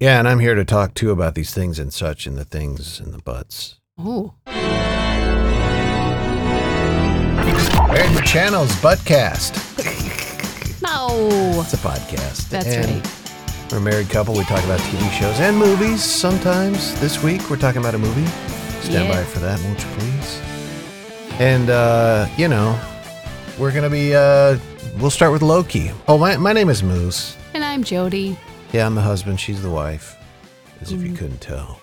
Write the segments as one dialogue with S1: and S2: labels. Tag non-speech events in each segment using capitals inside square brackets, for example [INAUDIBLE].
S1: Yeah, and I'm here to talk too about these things and such and the things and the butts.
S2: Oh.
S1: Weird Channels Buttcast.
S2: No.
S1: It's a podcast.
S2: That's
S1: and
S2: right.
S1: We're a married couple. We talk about TV shows and movies sometimes. This week, we're talking about a movie. Stand by
S2: Yeah.
S1: for that, won't you please? And, uh, you know, we're going to be, uh, we'll start with Loki. Oh, my, my name is Moose.
S2: And I'm Jody,
S1: Yeah, I'm the husband. She's the wife. As if you
S2: Mm.
S1: couldn't tell.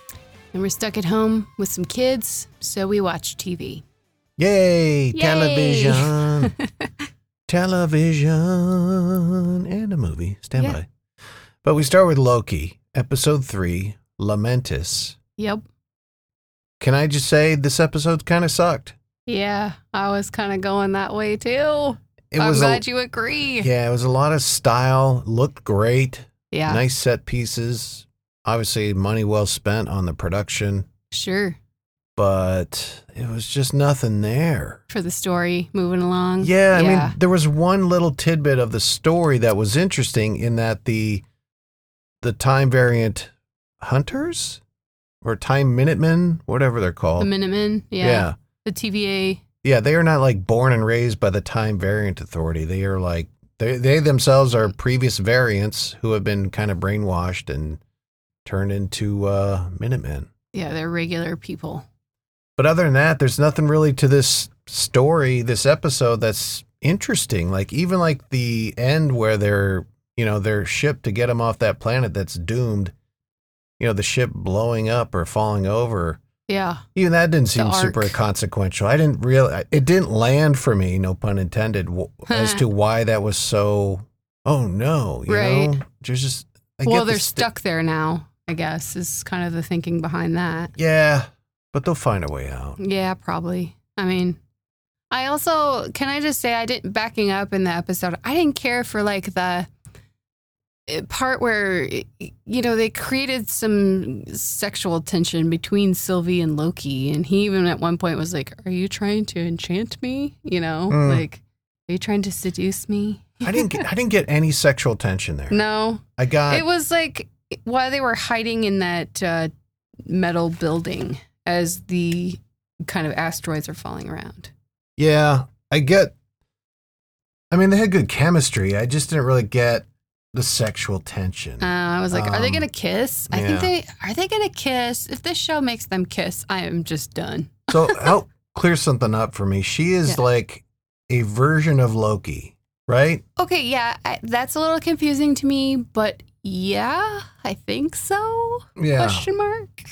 S2: and we're stuck at home with some kids, so we watch TV.
S1: Yay!
S2: Yay!
S1: Television.
S2: [LAUGHS]
S1: television and a movie. Stand
S2: Yeah.
S1: by. But we start with Loki, episode three, Lamentus.
S2: Yep.
S1: Can I just say this episode kind of sucked?
S2: Yeah, I was kind of going that way too.
S1: It
S2: I'm
S1: was
S2: glad
S1: a,
S2: you agree.
S1: yeah, it was a lot of style. Looked great.
S2: Yeah,
S1: Nice set pieces. Obviously, money well spent on the production,
S2: sure.
S1: but it was just nothing there.
S2: For the story moving along.
S1: Yeah, I mean, there was one little tidbit of the story that was interesting in that the the time variant hunters or time minutemen, whatever they're
S2: the
S1: called.
S2: Minutemen. Yeah.
S1: yeah.
S2: The TVA.
S1: Yeah, they are not like born and raised by the time variant authority. They are like they they themselves are previous variants who have been kind of brainwashed and turned into uh minutemen.
S2: Yeah, they're regular people.
S1: But other than that, there's nothing really to this story, this episode that's interesting. Like even like the end where they're, you know, their ship to get them off that planet that's doomed. You know, the ship blowing up or falling over.
S2: Yeah.
S1: Even that didn't seem
S2: arc.
S1: super consequential. I didn't really. It didn't land for me, no pun intended, w-
S2: [LAUGHS]
S1: as to why that was so. Oh no! You
S2: Right.
S1: Know? There's just. I get
S2: well,
S1: the
S2: they're
S1: sti-
S2: stuck there now, I guess, is kind of the thinking behind that.
S1: Yeah, but they'll find a way out.
S2: Yeah, probably. I mean, I also can I just say I didn't backing up in the episode. I didn't care for like the eh, part where eh, you know they created some sexual tension between Sylvie and Loki, and he even at one point was like, "Are you trying to enchant me? You know,
S1: Mm.
S2: like, are you trying to seduce me?"
S1: I didn't. Uh, Get, I didn't get any sexual tension there.
S2: [LAUGHS] No,
S1: I got.
S2: it was like while they were hiding in that uh, metal building as the kind of asteroids are falling around.
S1: Yeah, I get. I mean, they had good chemistry. I just didn't really get the sexual tension.
S2: Uh, I was like, are they
S1: Um,
S2: gonna kiss? I
S1: yeah.
S2: think they are. They gonna kiss? If this show makes them kiss, I am just done.
S1: so help clear something up for me. She is
S2: Yeah.
S1: like a version of Loki, right?
S2: Okay, yeah, I, that's a little confusing to me, but yeah, I think so.
S1: Yeah.
S2: Question mark.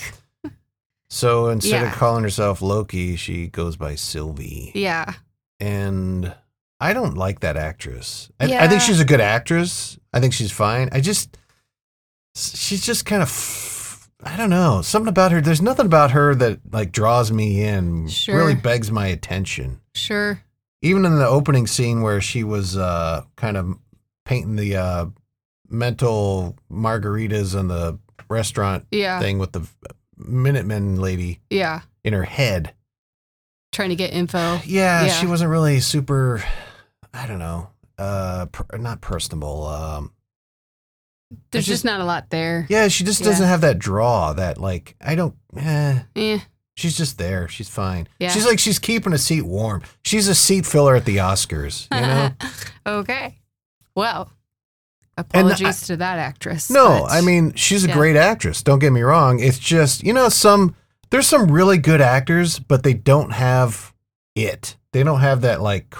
S1: So instead of
S2: Yeah.
S1: calling herself Loki, she goes by Sylvie.
S2: Yeah,
S1: And I don't like that actress. I, I
S2: Yeah.
S1: think she's a good actress. I think she's fine. I just, she's just kind of, f- I don't know, something about her. There's nothing about her that like draws me in, really
S2: Sure.
S1: begs my attention.
S2: sure.
S1: Even in the opening scene where she was uh, kind of painting the uh, mental margaritas in the restaurant
S2: Yeah,
S1: thing with the Minutemen lady
S2: yeah.
S1: in her head.
S2: Trying to get info.
S1: Yeah,
S2: Yeah.
S1: she wasn't really super. I don't know. Uh, per, not personable. Um,
S2: There's
S1: just-
S2: just not a lot there.
S1: yeah, she just
S2: Yeah.
S1: doesn't have that draw. That like, I don't. Eh,
S2: Yeah.
S1: she's just there. She's fine.
S2: Yeah.
S1: She's like she's keeping a seat warm. She's a seat filler at the Oscars. You know.
S2: [LAUGHS] okay. Well,
S1: And I-
S2: apologies to that actress.
S1: no,
S2: but-
S1: I mean she's a
S2: yeah.
S1: great actress. Don't get me wrong. It's just you know some there's some really good actors, but they don't have it. They don't have that like.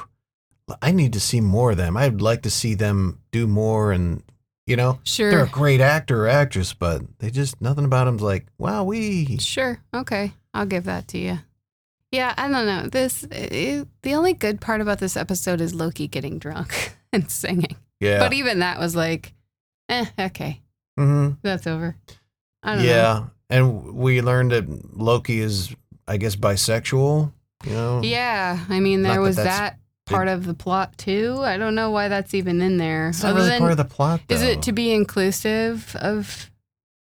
S1: I need to see more of them. I'd like to see them do more and you know. they're a
S2: sure,
S1: great actor or actress, but they just nothing about them's like wow we.
S2: Sure. Okay. I'll give that to you. Yeah, I don't know. This it, the only good part about this episode is Loki getting drunk [LAUGHS] and singing.
S1: Yeah.
S2: But even that was like, eh, okay,
S1: hmm
S2: that's over. I don't know.
S1: Yeah, and we learned that Loki is, I guess, bisexual. You know.
S2: Yeah, I mean there
S1: Not that
S2: was
S1: that's
S2: that part of the plot too. I don't know why that's even in there.
S1: It's not really part of the plot.
S2: is
S1: though.
S2: it to be inclusive of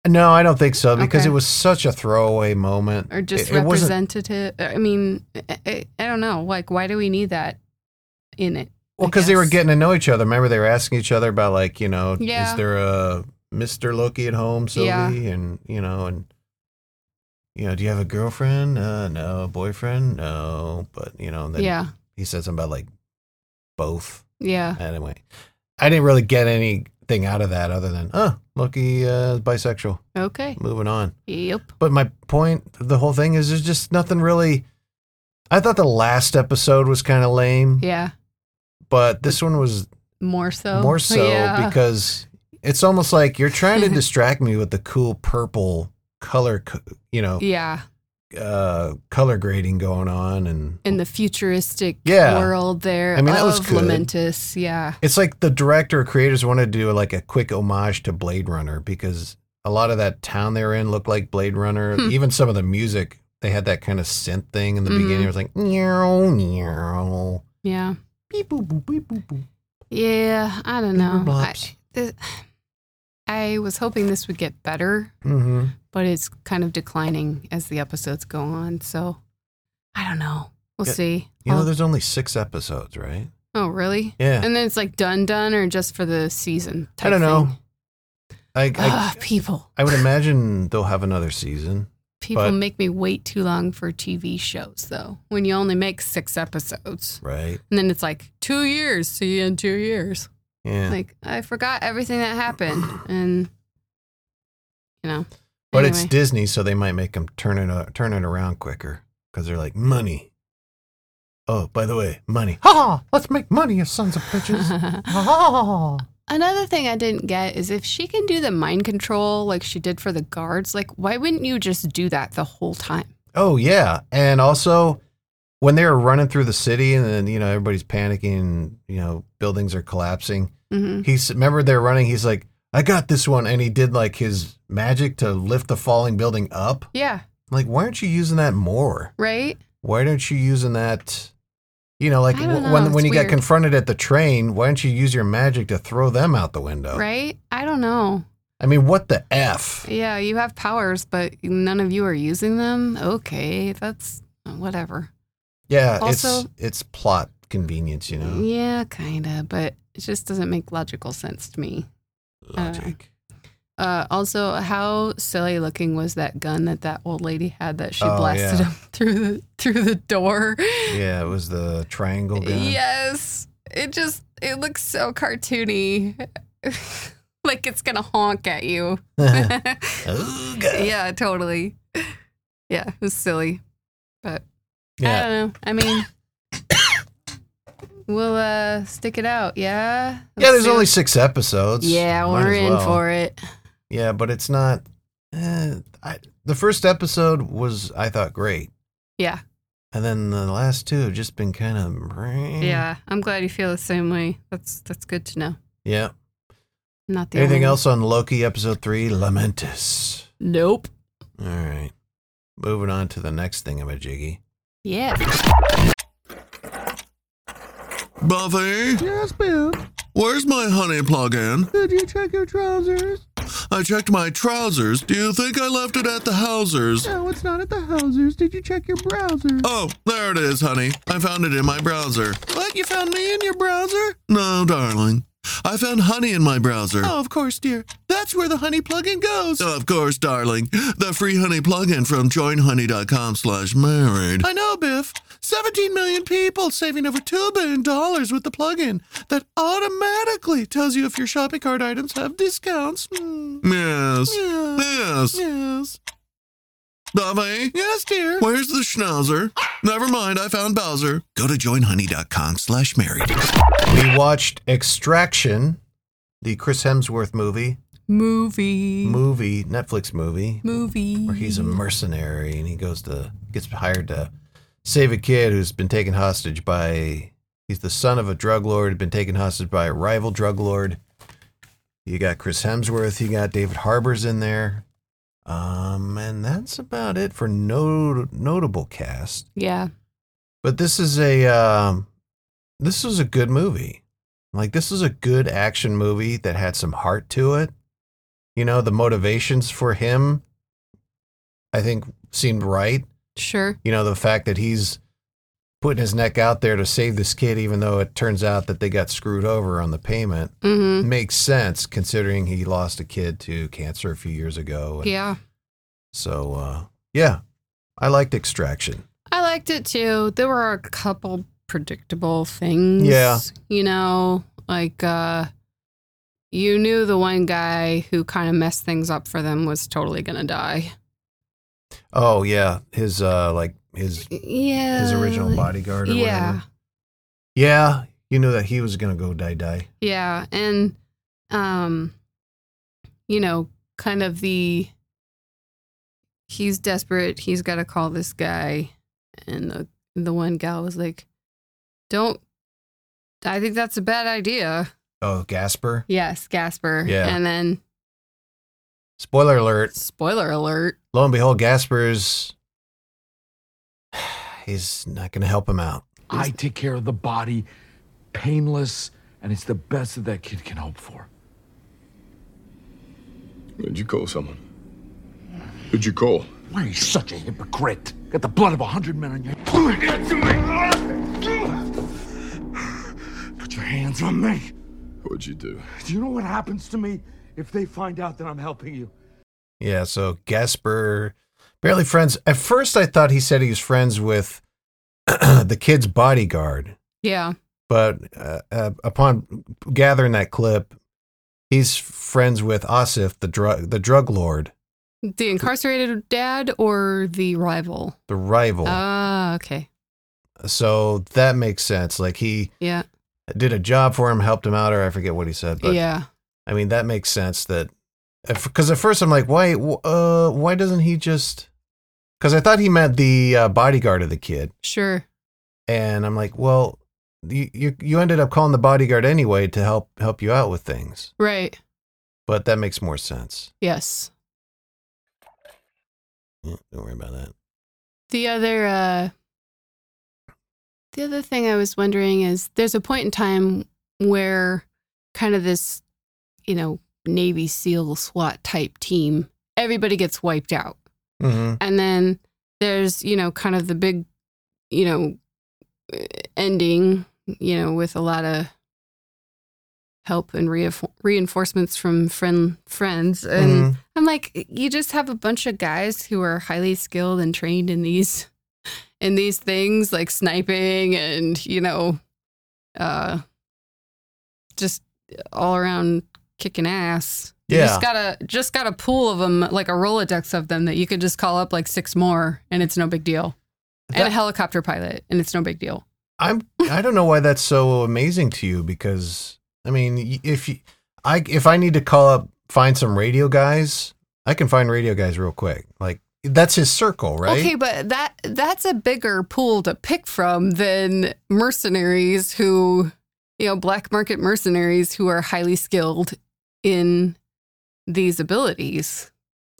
S1: No, I don't think so because
S2: Okay.
S1: it was such a throwaway moment.
S2: or just
S1: It- it wasn't-
S2: representative? I mean, I, I I don't know. Like, why do we need that in it?
S1: Well,
S2: I
S1: because they were
S2: guess.
S1: getting to know each other. Remember, they were asking each other about like, you know,
S2: Yeah.
S1: is there a Mr. Loki at home, Sylvie,
S2: Yeah.
S1: and you know, and you know, do you have a girlfriend? Uh, no, boyfriend? No, but you know, and then
S2: yeah.
S1: he said something about like both.
S2: Yeah.
S1: Anyway, I didn't really get anything out of that other than, oh, Loki uh, is bisexual.
S2: Okay.
S1: Moving on.
S2: Yep.
S1: But my point, the whole thing is, there's just nothing really. I thought the last episode was kind of lame,
S2: Yeah.
S1: but this one was
S2: More so.
S1: more so
S2: Yeah.
S1: because it's almost like you're trying
S2: [LAUGHS]
S1: to distract me with the cool purple color, co- you know,
S2: yeah.
S1: uh, color grading going on, and
S2: In the futuristic
S1: Yeah.
S2: world there
S1: I mean, that
S2: of
S1: was good.
S2: Lamentus. Yeah.
S1: it's like the director or creators wanted to do like a quick homage to Blade Runner because a lot of that town they were in looked like Blade Runner.
S2: Hmm.
S1: Even some of the music, they had that kind of synth thing in the
S2: Mhm.
S1: beginning. It was like meow meow.
S2: Yeah.
S1: Beep, boop, boop, beep, boop, boop.
S2: Yeah. I don't know. I,
S1: Blops.
S2: th- I was hoping this would get better,
S1: Mm-hmm.
S2: but it's kind of declining as the episodes go on. So I don't know. We'll
S1: Yeah.
S2: see.
S1: You know,
S2: I'll-
S1: there's only six episodes, right?
S2: oh, really?
S1: Yeah.
S2: Oh. And then it's like done, done, or just for the season.
S1: I don't
S2: type
S1: know.
S2: thing.
S1: I, I,
S2: Ugh, people.
S1: I would imagine they'll have another season.
S2: People
S1: but-
S2: make me wait too long for TV shows, though. When you only make six episodes,
S1: Right.
S2: and then it's like two years. See you in two years.
S1: Yeah.
S2: Like I forgot everything that happened, and you know.
S1: but it's
S2: anyway.
S1: Disney, so they might make them turn it, a- turn it around quicker because they're like, money. Oh, by the way, money. Ha ha! Let's make money, you sons of [LAUGHS] bitches. ha ha!
S2: [LAUGHS] Another thing I didn't get is if she can do the mind control like she did for the guards, like why wouldn't you just do that the whole time?
S1: Oh, yeah. And also, when they were running through the city and then, you know, everybody's panicking, you know, buildings are collapsing.
S2: hmm
S1: He's remember they're running. He's like, I got this one, and he did like his magic to lift the falling building up.
S2: Yeah.
S1: Like, why aren't you using that more?
S2: Right.
S1: Why aren't you using that? You know, like
S2: I don't
S1: w-
S2: know,
S1: when when
S2: it's
S1: you got
S2: weird.
S1: confronted at the train, why don't you use your magic to throw them out the window?
S2: Right. I don't know.
S1: I mean, what the f?
S2: Yeah, you have powers, but none of you are using them. Okay, that's uh, whatever.
S1: Yeah,
S2: Also-
S1: it's it's plot convenience, you know.
S2: Yeah, kind of, but it just doesn't make logical sense to me.
S1: Logic.
S2: Uh, also, how silly looking was that gun that that old lady had that she
S1: Oh,
S2: blasted
S1: yeah.
S2: him [LAUGHS] through the through the door?
S1: yeah, it was the triangle gun.
S2: Yes, it just it looks so cartoony, [LAUGHS] like it's gonna honk
S1: [LAUGHS]
S2: at you. [LAUGHS]
S1: Ooga. yeah.
S2: yeah, totally. Yeah, it was silly, but I don't know. I mean, [COUGHS] we'll uh stick it out. Yeah.
S1: Yeah, there's
S2: See-
S1: only six episodes.
S2: Yeah,
S1: Might
S2: we're
S1: as
S2: in
S1: well.
S2: for it.
S1: Yeah, but it's not. Eh, I, the first episode was, I thought, great.
S2: Yeah.
S1: And then the last two have just been kind of.
S2: Yeah, I'm glad you feel the same way. That's that's good to know.
S1: Yeah.
S2: I'm Not the
S1: Anything
S2: only-
S1: else on Loki episode three? Lamentus.
S2: Nope.
S1: All right. Moving on to the next thing of a jiggy.
S2: Yeah.
S3: Buffy,
S4: Yes, Boo.
S3: where's my honey plug-in?
S4: Did you check your trousers?
S3: I checked my trousers. Do you think I left it at the housers?
S4: No, it's not at the houses. Did you check your browser?
S3: Oh, there it is, honey. I found it in my browser. What? You found me in your browser? No, darling. I found honey in my browser.
S4: Oh, of course, dear. That's where the honey plug-in goes.
S1: Uh,
S3: Of course, darling. The free honey plug-in from joinhoney.com slash married.
S4: I know, Biff. 17 million people saving over $2 billion with the plug-in that automatically tells you if your shopping cart items have discounts. Mm.
S3: Yes.
S4: Yes.
S3: Yes.
S4: Yes.
S3: Buffy?
S4: Yes, dear.
S3: Where's the schnauzer? Never mind, I found Bowser. Go to joinhoney.com slash married.
S1: We watched Extraction, the Chris Hemsworth movie,
S2: Movie.
S1: movie, Netflix movie,
S2: Movie.
S1: where he's a mercenary and he goes to, gets hired to save a kid who's been taken hostage by, he's the son of a drug lord, been taken hostage by a rival drug lord. You got Chris Hemsworth, you got David Harbour's in there. Um, and that's about it for no, notable cast.
S2: Yeah.
S1: But this is a um, this was a good movie. Like this was a good action movie that had some heart to it. You know, the motivations for him I think seemed right.
S2: Sure.
S1: You know, the fact that he's putting his neck out there to save this kid, even though it turns out that they got screwed over on the payment.
S2: hmm
S1: Makes sense considering he lost a kid to cancer a few years ago. And
S2: Yeah.
S1: So, uh, yeah, I liked Extraction.
S2: I liked it too. There were a couple predictable things.
S1: Yeah.
S2: You know, like uh you knew the one guy who kind of messed things up for them was totally going to die.
S1: Oh yeah, his uh, like his
S2: Yeah.
S1: his original bodyguard. Or
S2: Uh, Yeah.
S1: Whatever. Yeah, you knew that he was gonna go die die.
S2: Yeah, and um you know, kind of the he's desperate, he's got to call this guy and the the one gal was like, "Don't I think that's a bad idea."
S1: Oh, Gasper.
S2: Yes, Gasper.
S1: Yeah.
S2: And then
S1: Spoiler alert.
S2: spoiler alert.
S1: Lo and behold, Gasper's [SIGHS] he's not gonna help him out.
S5: I take care of the body, painless, and it's the best that that kid can hope for.
S6: Did you call someone? Did you call?
S5: Why are you such a hypocrite? Got the blood of a hundred men on your. Put your hands on me.
S6: What'd you do?
S5: Do you know what happens to me if they find out that I'm helping you?
S1: Yeah, so Gasper barely friends. At first, I thought he said he was friends with [CLEARS THROAT] the kid's bodyguard,
S2: Yeah.
S1: but uh, uh, upon gathering that clip, he's friends with Asif, the drug the drug lord,
S2: The incarcerated dad or the rival?
S1: the rival.
S2: Ah, okay.
S1: so that makes sense. Like he
S2: Yeah.
S1: did a job for him, helped him out, or I forget what he said. But
S2: yeah.
S1: I mean, that makes sense. That because at first I'm like, why? wh- Uh, why doesn't he just? Because I thought he meant the uh, bodyguard of the kid.
S2: Sure.
S1: and I'm like, well, you, you you ended up calling the bodyguard anyway to help help you out with things,
S2: Right.
S1: but that makes more sense.
S2: Yes.
S1: Yeah, don't worry about that.
S2: The other uh the other thing I was wondering is there's a point in time where kind of this, you know, Navy SEAL SWAT type team, everybody gets wiped out.
S1: Mm-hmm.
S2: And then there's, you know, kind of the big, you know, eh, ending, you know, with a lot of help and reinf- reinforcements from friend friends.
S1: Mm-hmm.
S2: And I'm like, you just have a bunch of guys who are highly skilled and trained in these [LAUGHS] in these things like sniping and, you know, uh just all around kicking ass. You
S1: Yeah.
S2: just got a just got a pool of them, like a Rolodex of them that you could just call up like six more and it's no big deal. and a
S1: That-
S2: helicopter pilot and it's no big deal.
S1: I'm I don't know why that's so amazing to you because I mean, y- if you, I if I need to call up find some radio guys, I can find radio guys real quick. Like that's his circle, right?
S2: Okay, but that that's a bigger pool to pick from than mercenaries who, you know, black market mercenaries who are highly skilled in these abilities.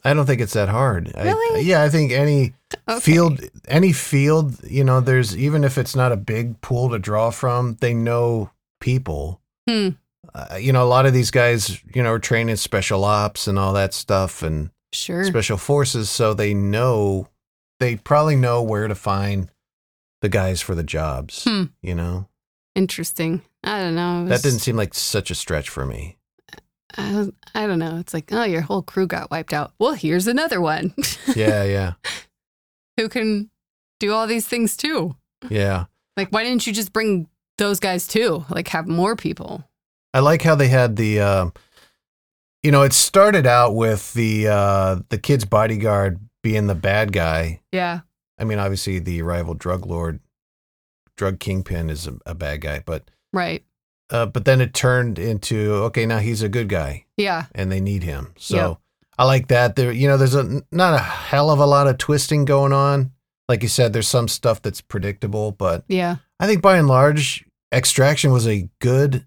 S1: I don't think it's that hard. I-
S2: Really?
S1: yeah, I think any
S2: Okay.
S1: field any field you know there's even if it's not a big pool to draw from they know people
S2: Hmm.
S1: uh, you know a lot of these guys you know are trained in special ops and all that stuff and
S2: Sure.
S1: special forces so they know they probably know where to find the guys for the jobs
S2: Hmm.
S1: you know
S2: Interesting. I don't know. It
S1: that
S2: was-
S1: didn't seem like such a stretch for me
S2: [LAUGHS] I, was- I don't know. It's like, oh, your whole crew got wiped out. Well, here's another one [LAUGHS]
S1: yeah yeah
S2: who can do all these things too.
S1: yeah
S2: Like, why didn't you just bring those guys too? Like, have more people.
S1: I like how they had the, um you know, it started out with the uh, the kid's bodyguard being the bad guy.
S2: Yeah.
S1: I mean, obviously the rival drug lord, drug kingpin is a, a bad guy, but
S2: Right.
S1: uh, but then it turned into okay, now he's a good guy
S2: Yeah.
S1: and they need him. So
S2: Yeah.
S1: I like that. There, you know, there's a not a hell of a lot of twisting going on. Like you said, there's some stuff that's predictable, but
S2: Yeah.
S1: I think by and large, Extraction was a good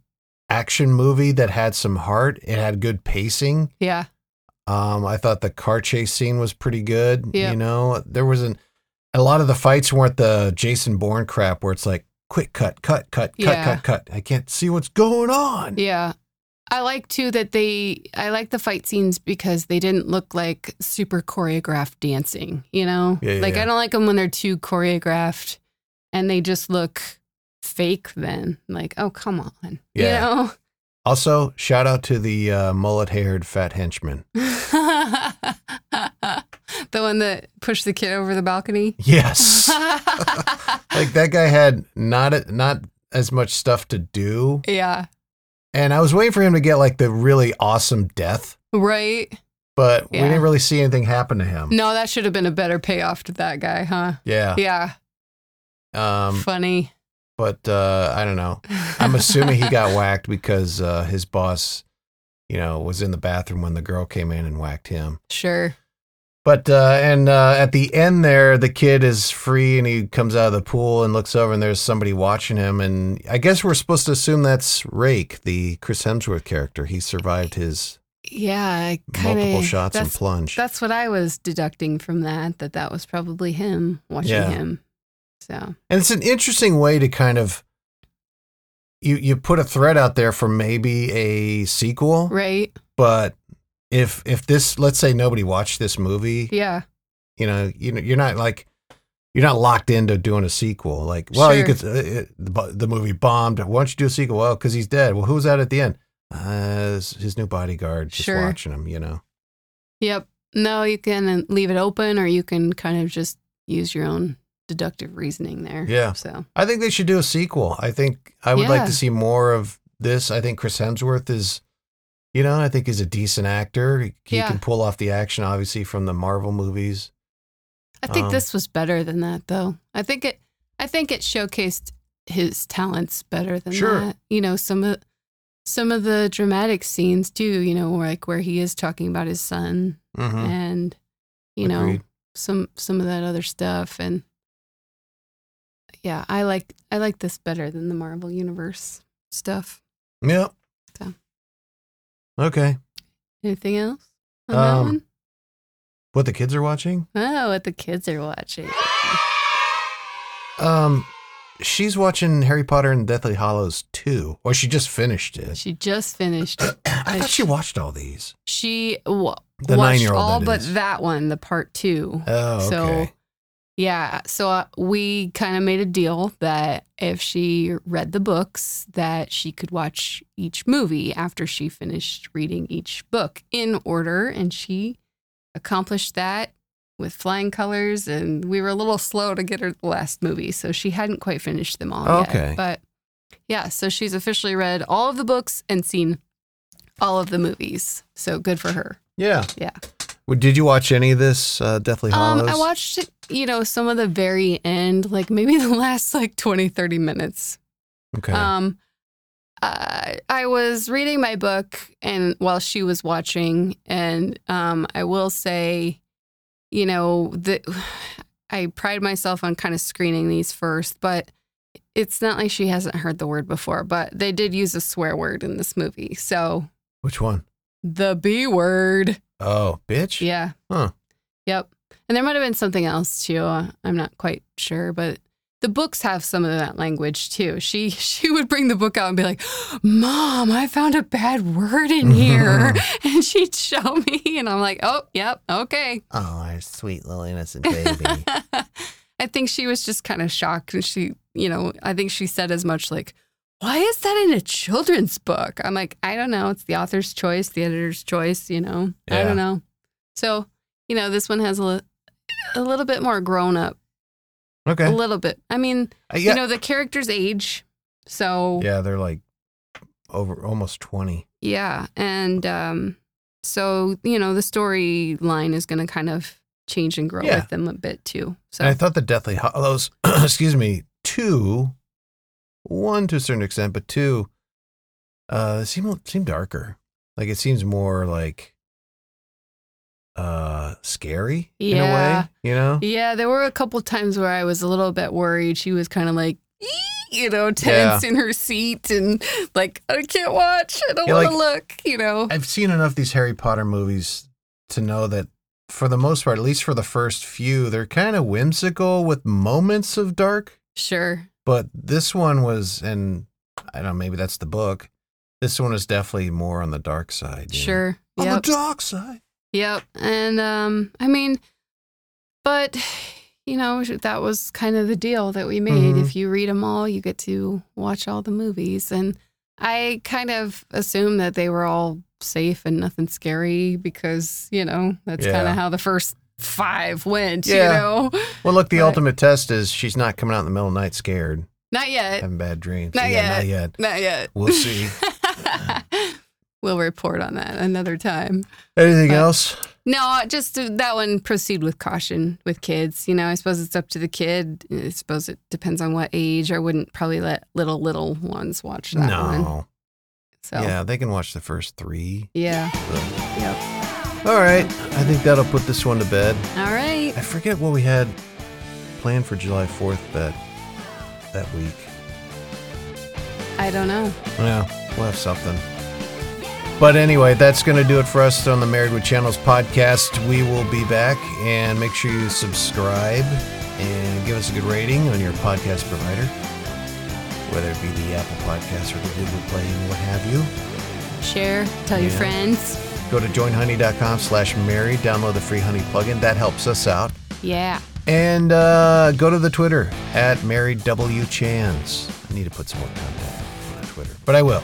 S1: action movie that had some heart. It had good pacing.
S2: Yeah.
S1: Um, I thought the car chase scene was pretty good.
S2: Yeah.
S1: You know, there wasn't a lot of the fights weren't the Jason Bourne crap where it's like quick cut, cut, cut, cut,
S2: Yeah.
S1: cut, cut. I can't see what's going on.
S2: Yeah. I like too that they I like the fight scenes because they didn't look like super choreographed dancing, you know?
S1: Yeah, yeah,
S2: like
S1: yeah.
S2: I don't like them when they're too choreographed and they just look fake then. Like, oh, come on.
S1: Yeah.
S2: You know? [LAUGHS]
S1: Also, shout out to the uh, mullet-haired fat henchman.
S2: the one that pushed the kid over
S1: [LAUGHS]
S2: the balcony. [LAUGHS]
S1: Yes, like that guy had not a, not as much stuff to do,
S2: yeah.
S1: and I was waiting for him to get like the really awesome death,
S2: Right.
S1: but we
S2: Yeah.
S1: didn't really see anything happen to him.
S2: No, that should have been a better payoff to that guy, huh?
S1: Yeah.
S2: Yeah.
S1: Um,
S2: Funny.
S1: but uh, I don't know. I'm assuming
S2: [LAUGHS]
S1: he got whacked because uh, his boss, you know, was in the bathroom when the girl came in and whacked him.
S2: sure.
S1: But uh, and uh, at the end there, the kid is free and he comes out of the pool and looks over and there's somebody watching him. And I guess we're supposed to assume that's Rake, the Chris Hemsworth character. He survived his
S2: Yeah. Kind
S1: multiple
S2: of.
S1: shots and
S2: that's,
S1: plunge.
S2: that's what I was deducting from that, that that was probably him watching
S1: Yeah.
S2: him. So,
S1: And it's an interesting way to kind of you you put a thread out there for maybe a sequel.
S2: right.
S1: but if if this let's say nobody watched this movie
S2: Yeah.
S1: you know you know you're not like you're not locked into doing a sequel like well you
S2: Sure.
S1: could uh, uh, the bu- the movie bombed why don't you do a sequel well because he's dead well who's that at the end uh, his, his new bodyguard just
S2: Sure.
S1: watching him you know
S2: Yep. No, you can uh, leave it open or you can kind of just use your own deductive reasoning there.
S1: Yeah.
S2: So,
S1: i think they should do a sequel i think i would like
S2: Yeah.
S1: to see more of this i think chris hemsworth is you know i think he's a decent actor he, he
S2: Yeah.
S1: can pull off the action obviously from the marvel movies
S2: I think
S1: Um,
S2: this was better than that though. I think it I think it showcased his talents better than
S1: Sure.
S2: that. You know, some of some of the dramatic scenes too, you know, where, like where he is talking about his son
S1: mm-hmm.
S2: and you know,
S1: Agreed.
S2: some some of that other stuff and yeah, I like I like this better than the Marvel universe stuff.
S1: yep
S2: So.
S1: okay
S2: Anything else on
S1: Um,
S2: that one?
S1: what the kids are watching
S2: Oh, what the kids are watching.
S1: Um, she's watching Harry Potter and Deathly Hollows 2, or she just finished
S2: [CLEARS THROAT]
S1: it.
S2: She just finished.
S1: I thought she watched all these.
S2: She w-
S1: The
S2: watched
S1: nine-year-old,
S2: all
S1: that
S2: but
S1: is.
S2: that one, the part two.
S1: Oh,
S2: so,
S1: okay.
S2: yeah. So uh, we kind of made a deal that if she read the books, that she could watch each movie after she finished reading each book in order, and she accomplished that with flying colors. And we were a little slow to get her the last movie, so she hadn't quite finished them all
S1: Okay.
S2: yet. But yeah, so she's officially read all of the books and seen all of the movies. So good for her.
S1: Yeah.
S2: Yeah.
S1: Well, did you watch any of this uh, Deathly Hollows?
S2: Um, I watched, you know, some of the very end, like maybe [LAUGHS] the last like 20, 30 minutes.
S1: Okay.
S2: Um, uh, I was reading my book and while she was watching, and um, I will say, you know, that [SIGHS] I pride myself on kind of screening these first, but it's not like she hasn't heard the word before, but they did use a swear word in this movie. So
S1: Which one?
S2: the B word.
S1: Oh, bitch.
S2: Yeah.
S1: Huh.
S2: Yep. And there might have been something else too. Uh, I'm not quite sure, but the books have some of that language too. She [LAUGHS] she would bring the book out and be like, "Mom, I found a bad word in here," [LAUGHS] and she'd show me, and I'm like, "Oh, yep, okay."
S1: Oh, our sweet little innocent baby.
S2: [LAUGHS] I think she was just kind of shocked, and she, you know, I think she said as much like. Why is that in a children's book? I'm like, I don't know. It's the author's choice, the editor's choice, you know. I
S1: Yeah.
S2: don't know. So, you know, this one has a, li- a little bit more grown up,
S1: [LAUGHS] okay.
S2: a little bit. I mean,
S1: Uh, yeah.
S2: you know, the characters age. So, yeah.
S1: yeah, they're like over almost 20.
S2: And um, so, you know, the storyline is going to kind of change and grow
S1: Yeah.
S2: with them a bit too. So,
S1: And I thought the Deathly Hollows, [CLEARS THROAT] excuse me, two, one to a certain extent, but two, uh, seem seem darker. Like it seems more like, uh, scary in a
S2: Yeah.
S1: way. You know,
S2: yeah, there were a couple times where I was a little bit worried. She was kind of like, "Ee!" you know, tense in her seat and like, I can't watch. I don't
S1: Yeah,
S2: want to
S1: like-
S2: look, you know.
S1: I've seen enough of these Harry Potter movies to know that for the most part, at least for the first few, they're kind of whimsical with moments of dark.
S2: sure.
S1: But this one was, and I don't know, maybe that's the book. This one is definitely more on the dark side. you know?
S2: Sure. Yep.
S1: dark side.
S2: Yep. And um I mean but you know, that was kind of the deal that we made.
S1: Mhm.
S2: If you read them all, you get to watch all the movies. And I kind of assumed that they were all safe and nothing scary because, you know, that's kind
S1: Yeah.
S2: of how the first five went,
S1: Yeah.
S2: you know?
S1: Well, look, the
S2: Right.
S1: ultimate test is she's not coming out in the middle of the night scared,
S2: Not yet.
S1: having bad dreams.
S2: Not
S1: yeah,
S2: yet.
S1: Not yet.
S2: Not yet.
S1: We'll see.
S2: [LAUGHS] we'll report on that another time.
S1: Anything
S2: But-
S1: else?
S2: No, just uh, that one. Proceed with caution with kids. You know, I suppose it's up to the kid. I suppose it depends on what age. I wouldn't probably let little little ones watch that one.
S1: No.
S2: So
S1: Yeah, they can watch the first three.
S2: yeah.
S1: All right. I think that'll put this one to bed.
S2: All right.
S1: I forget what we had planned for July 4th that that week.
S2: I don't know.
S1: Yeah, we'll have something. But anyway, that's going to do it for us on the Married with Channels podcast. We will be back and make sure you subscribe and give us a good rating on your podcast provider, whether it be the Apple Podcast or the Google Play and what have you.
S2: Share. Tell your
S1: Yeah.
S2: friends.
S1: Go to joinhoney.com slash married, download the free honey plugin. That helps us out.
S2: Yeah.
S1: And uh, go to the Twitter at Married W Chans. I need to put some more content on the Twitter, but I will.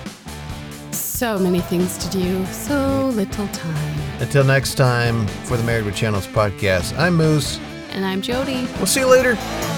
S2: So many things to do. So little time.
S1: Until next time, for the Married with Channels podcast, I'm Moose.
S2: And I'm Jody.
S1: We'll see you later.
S2: Bye.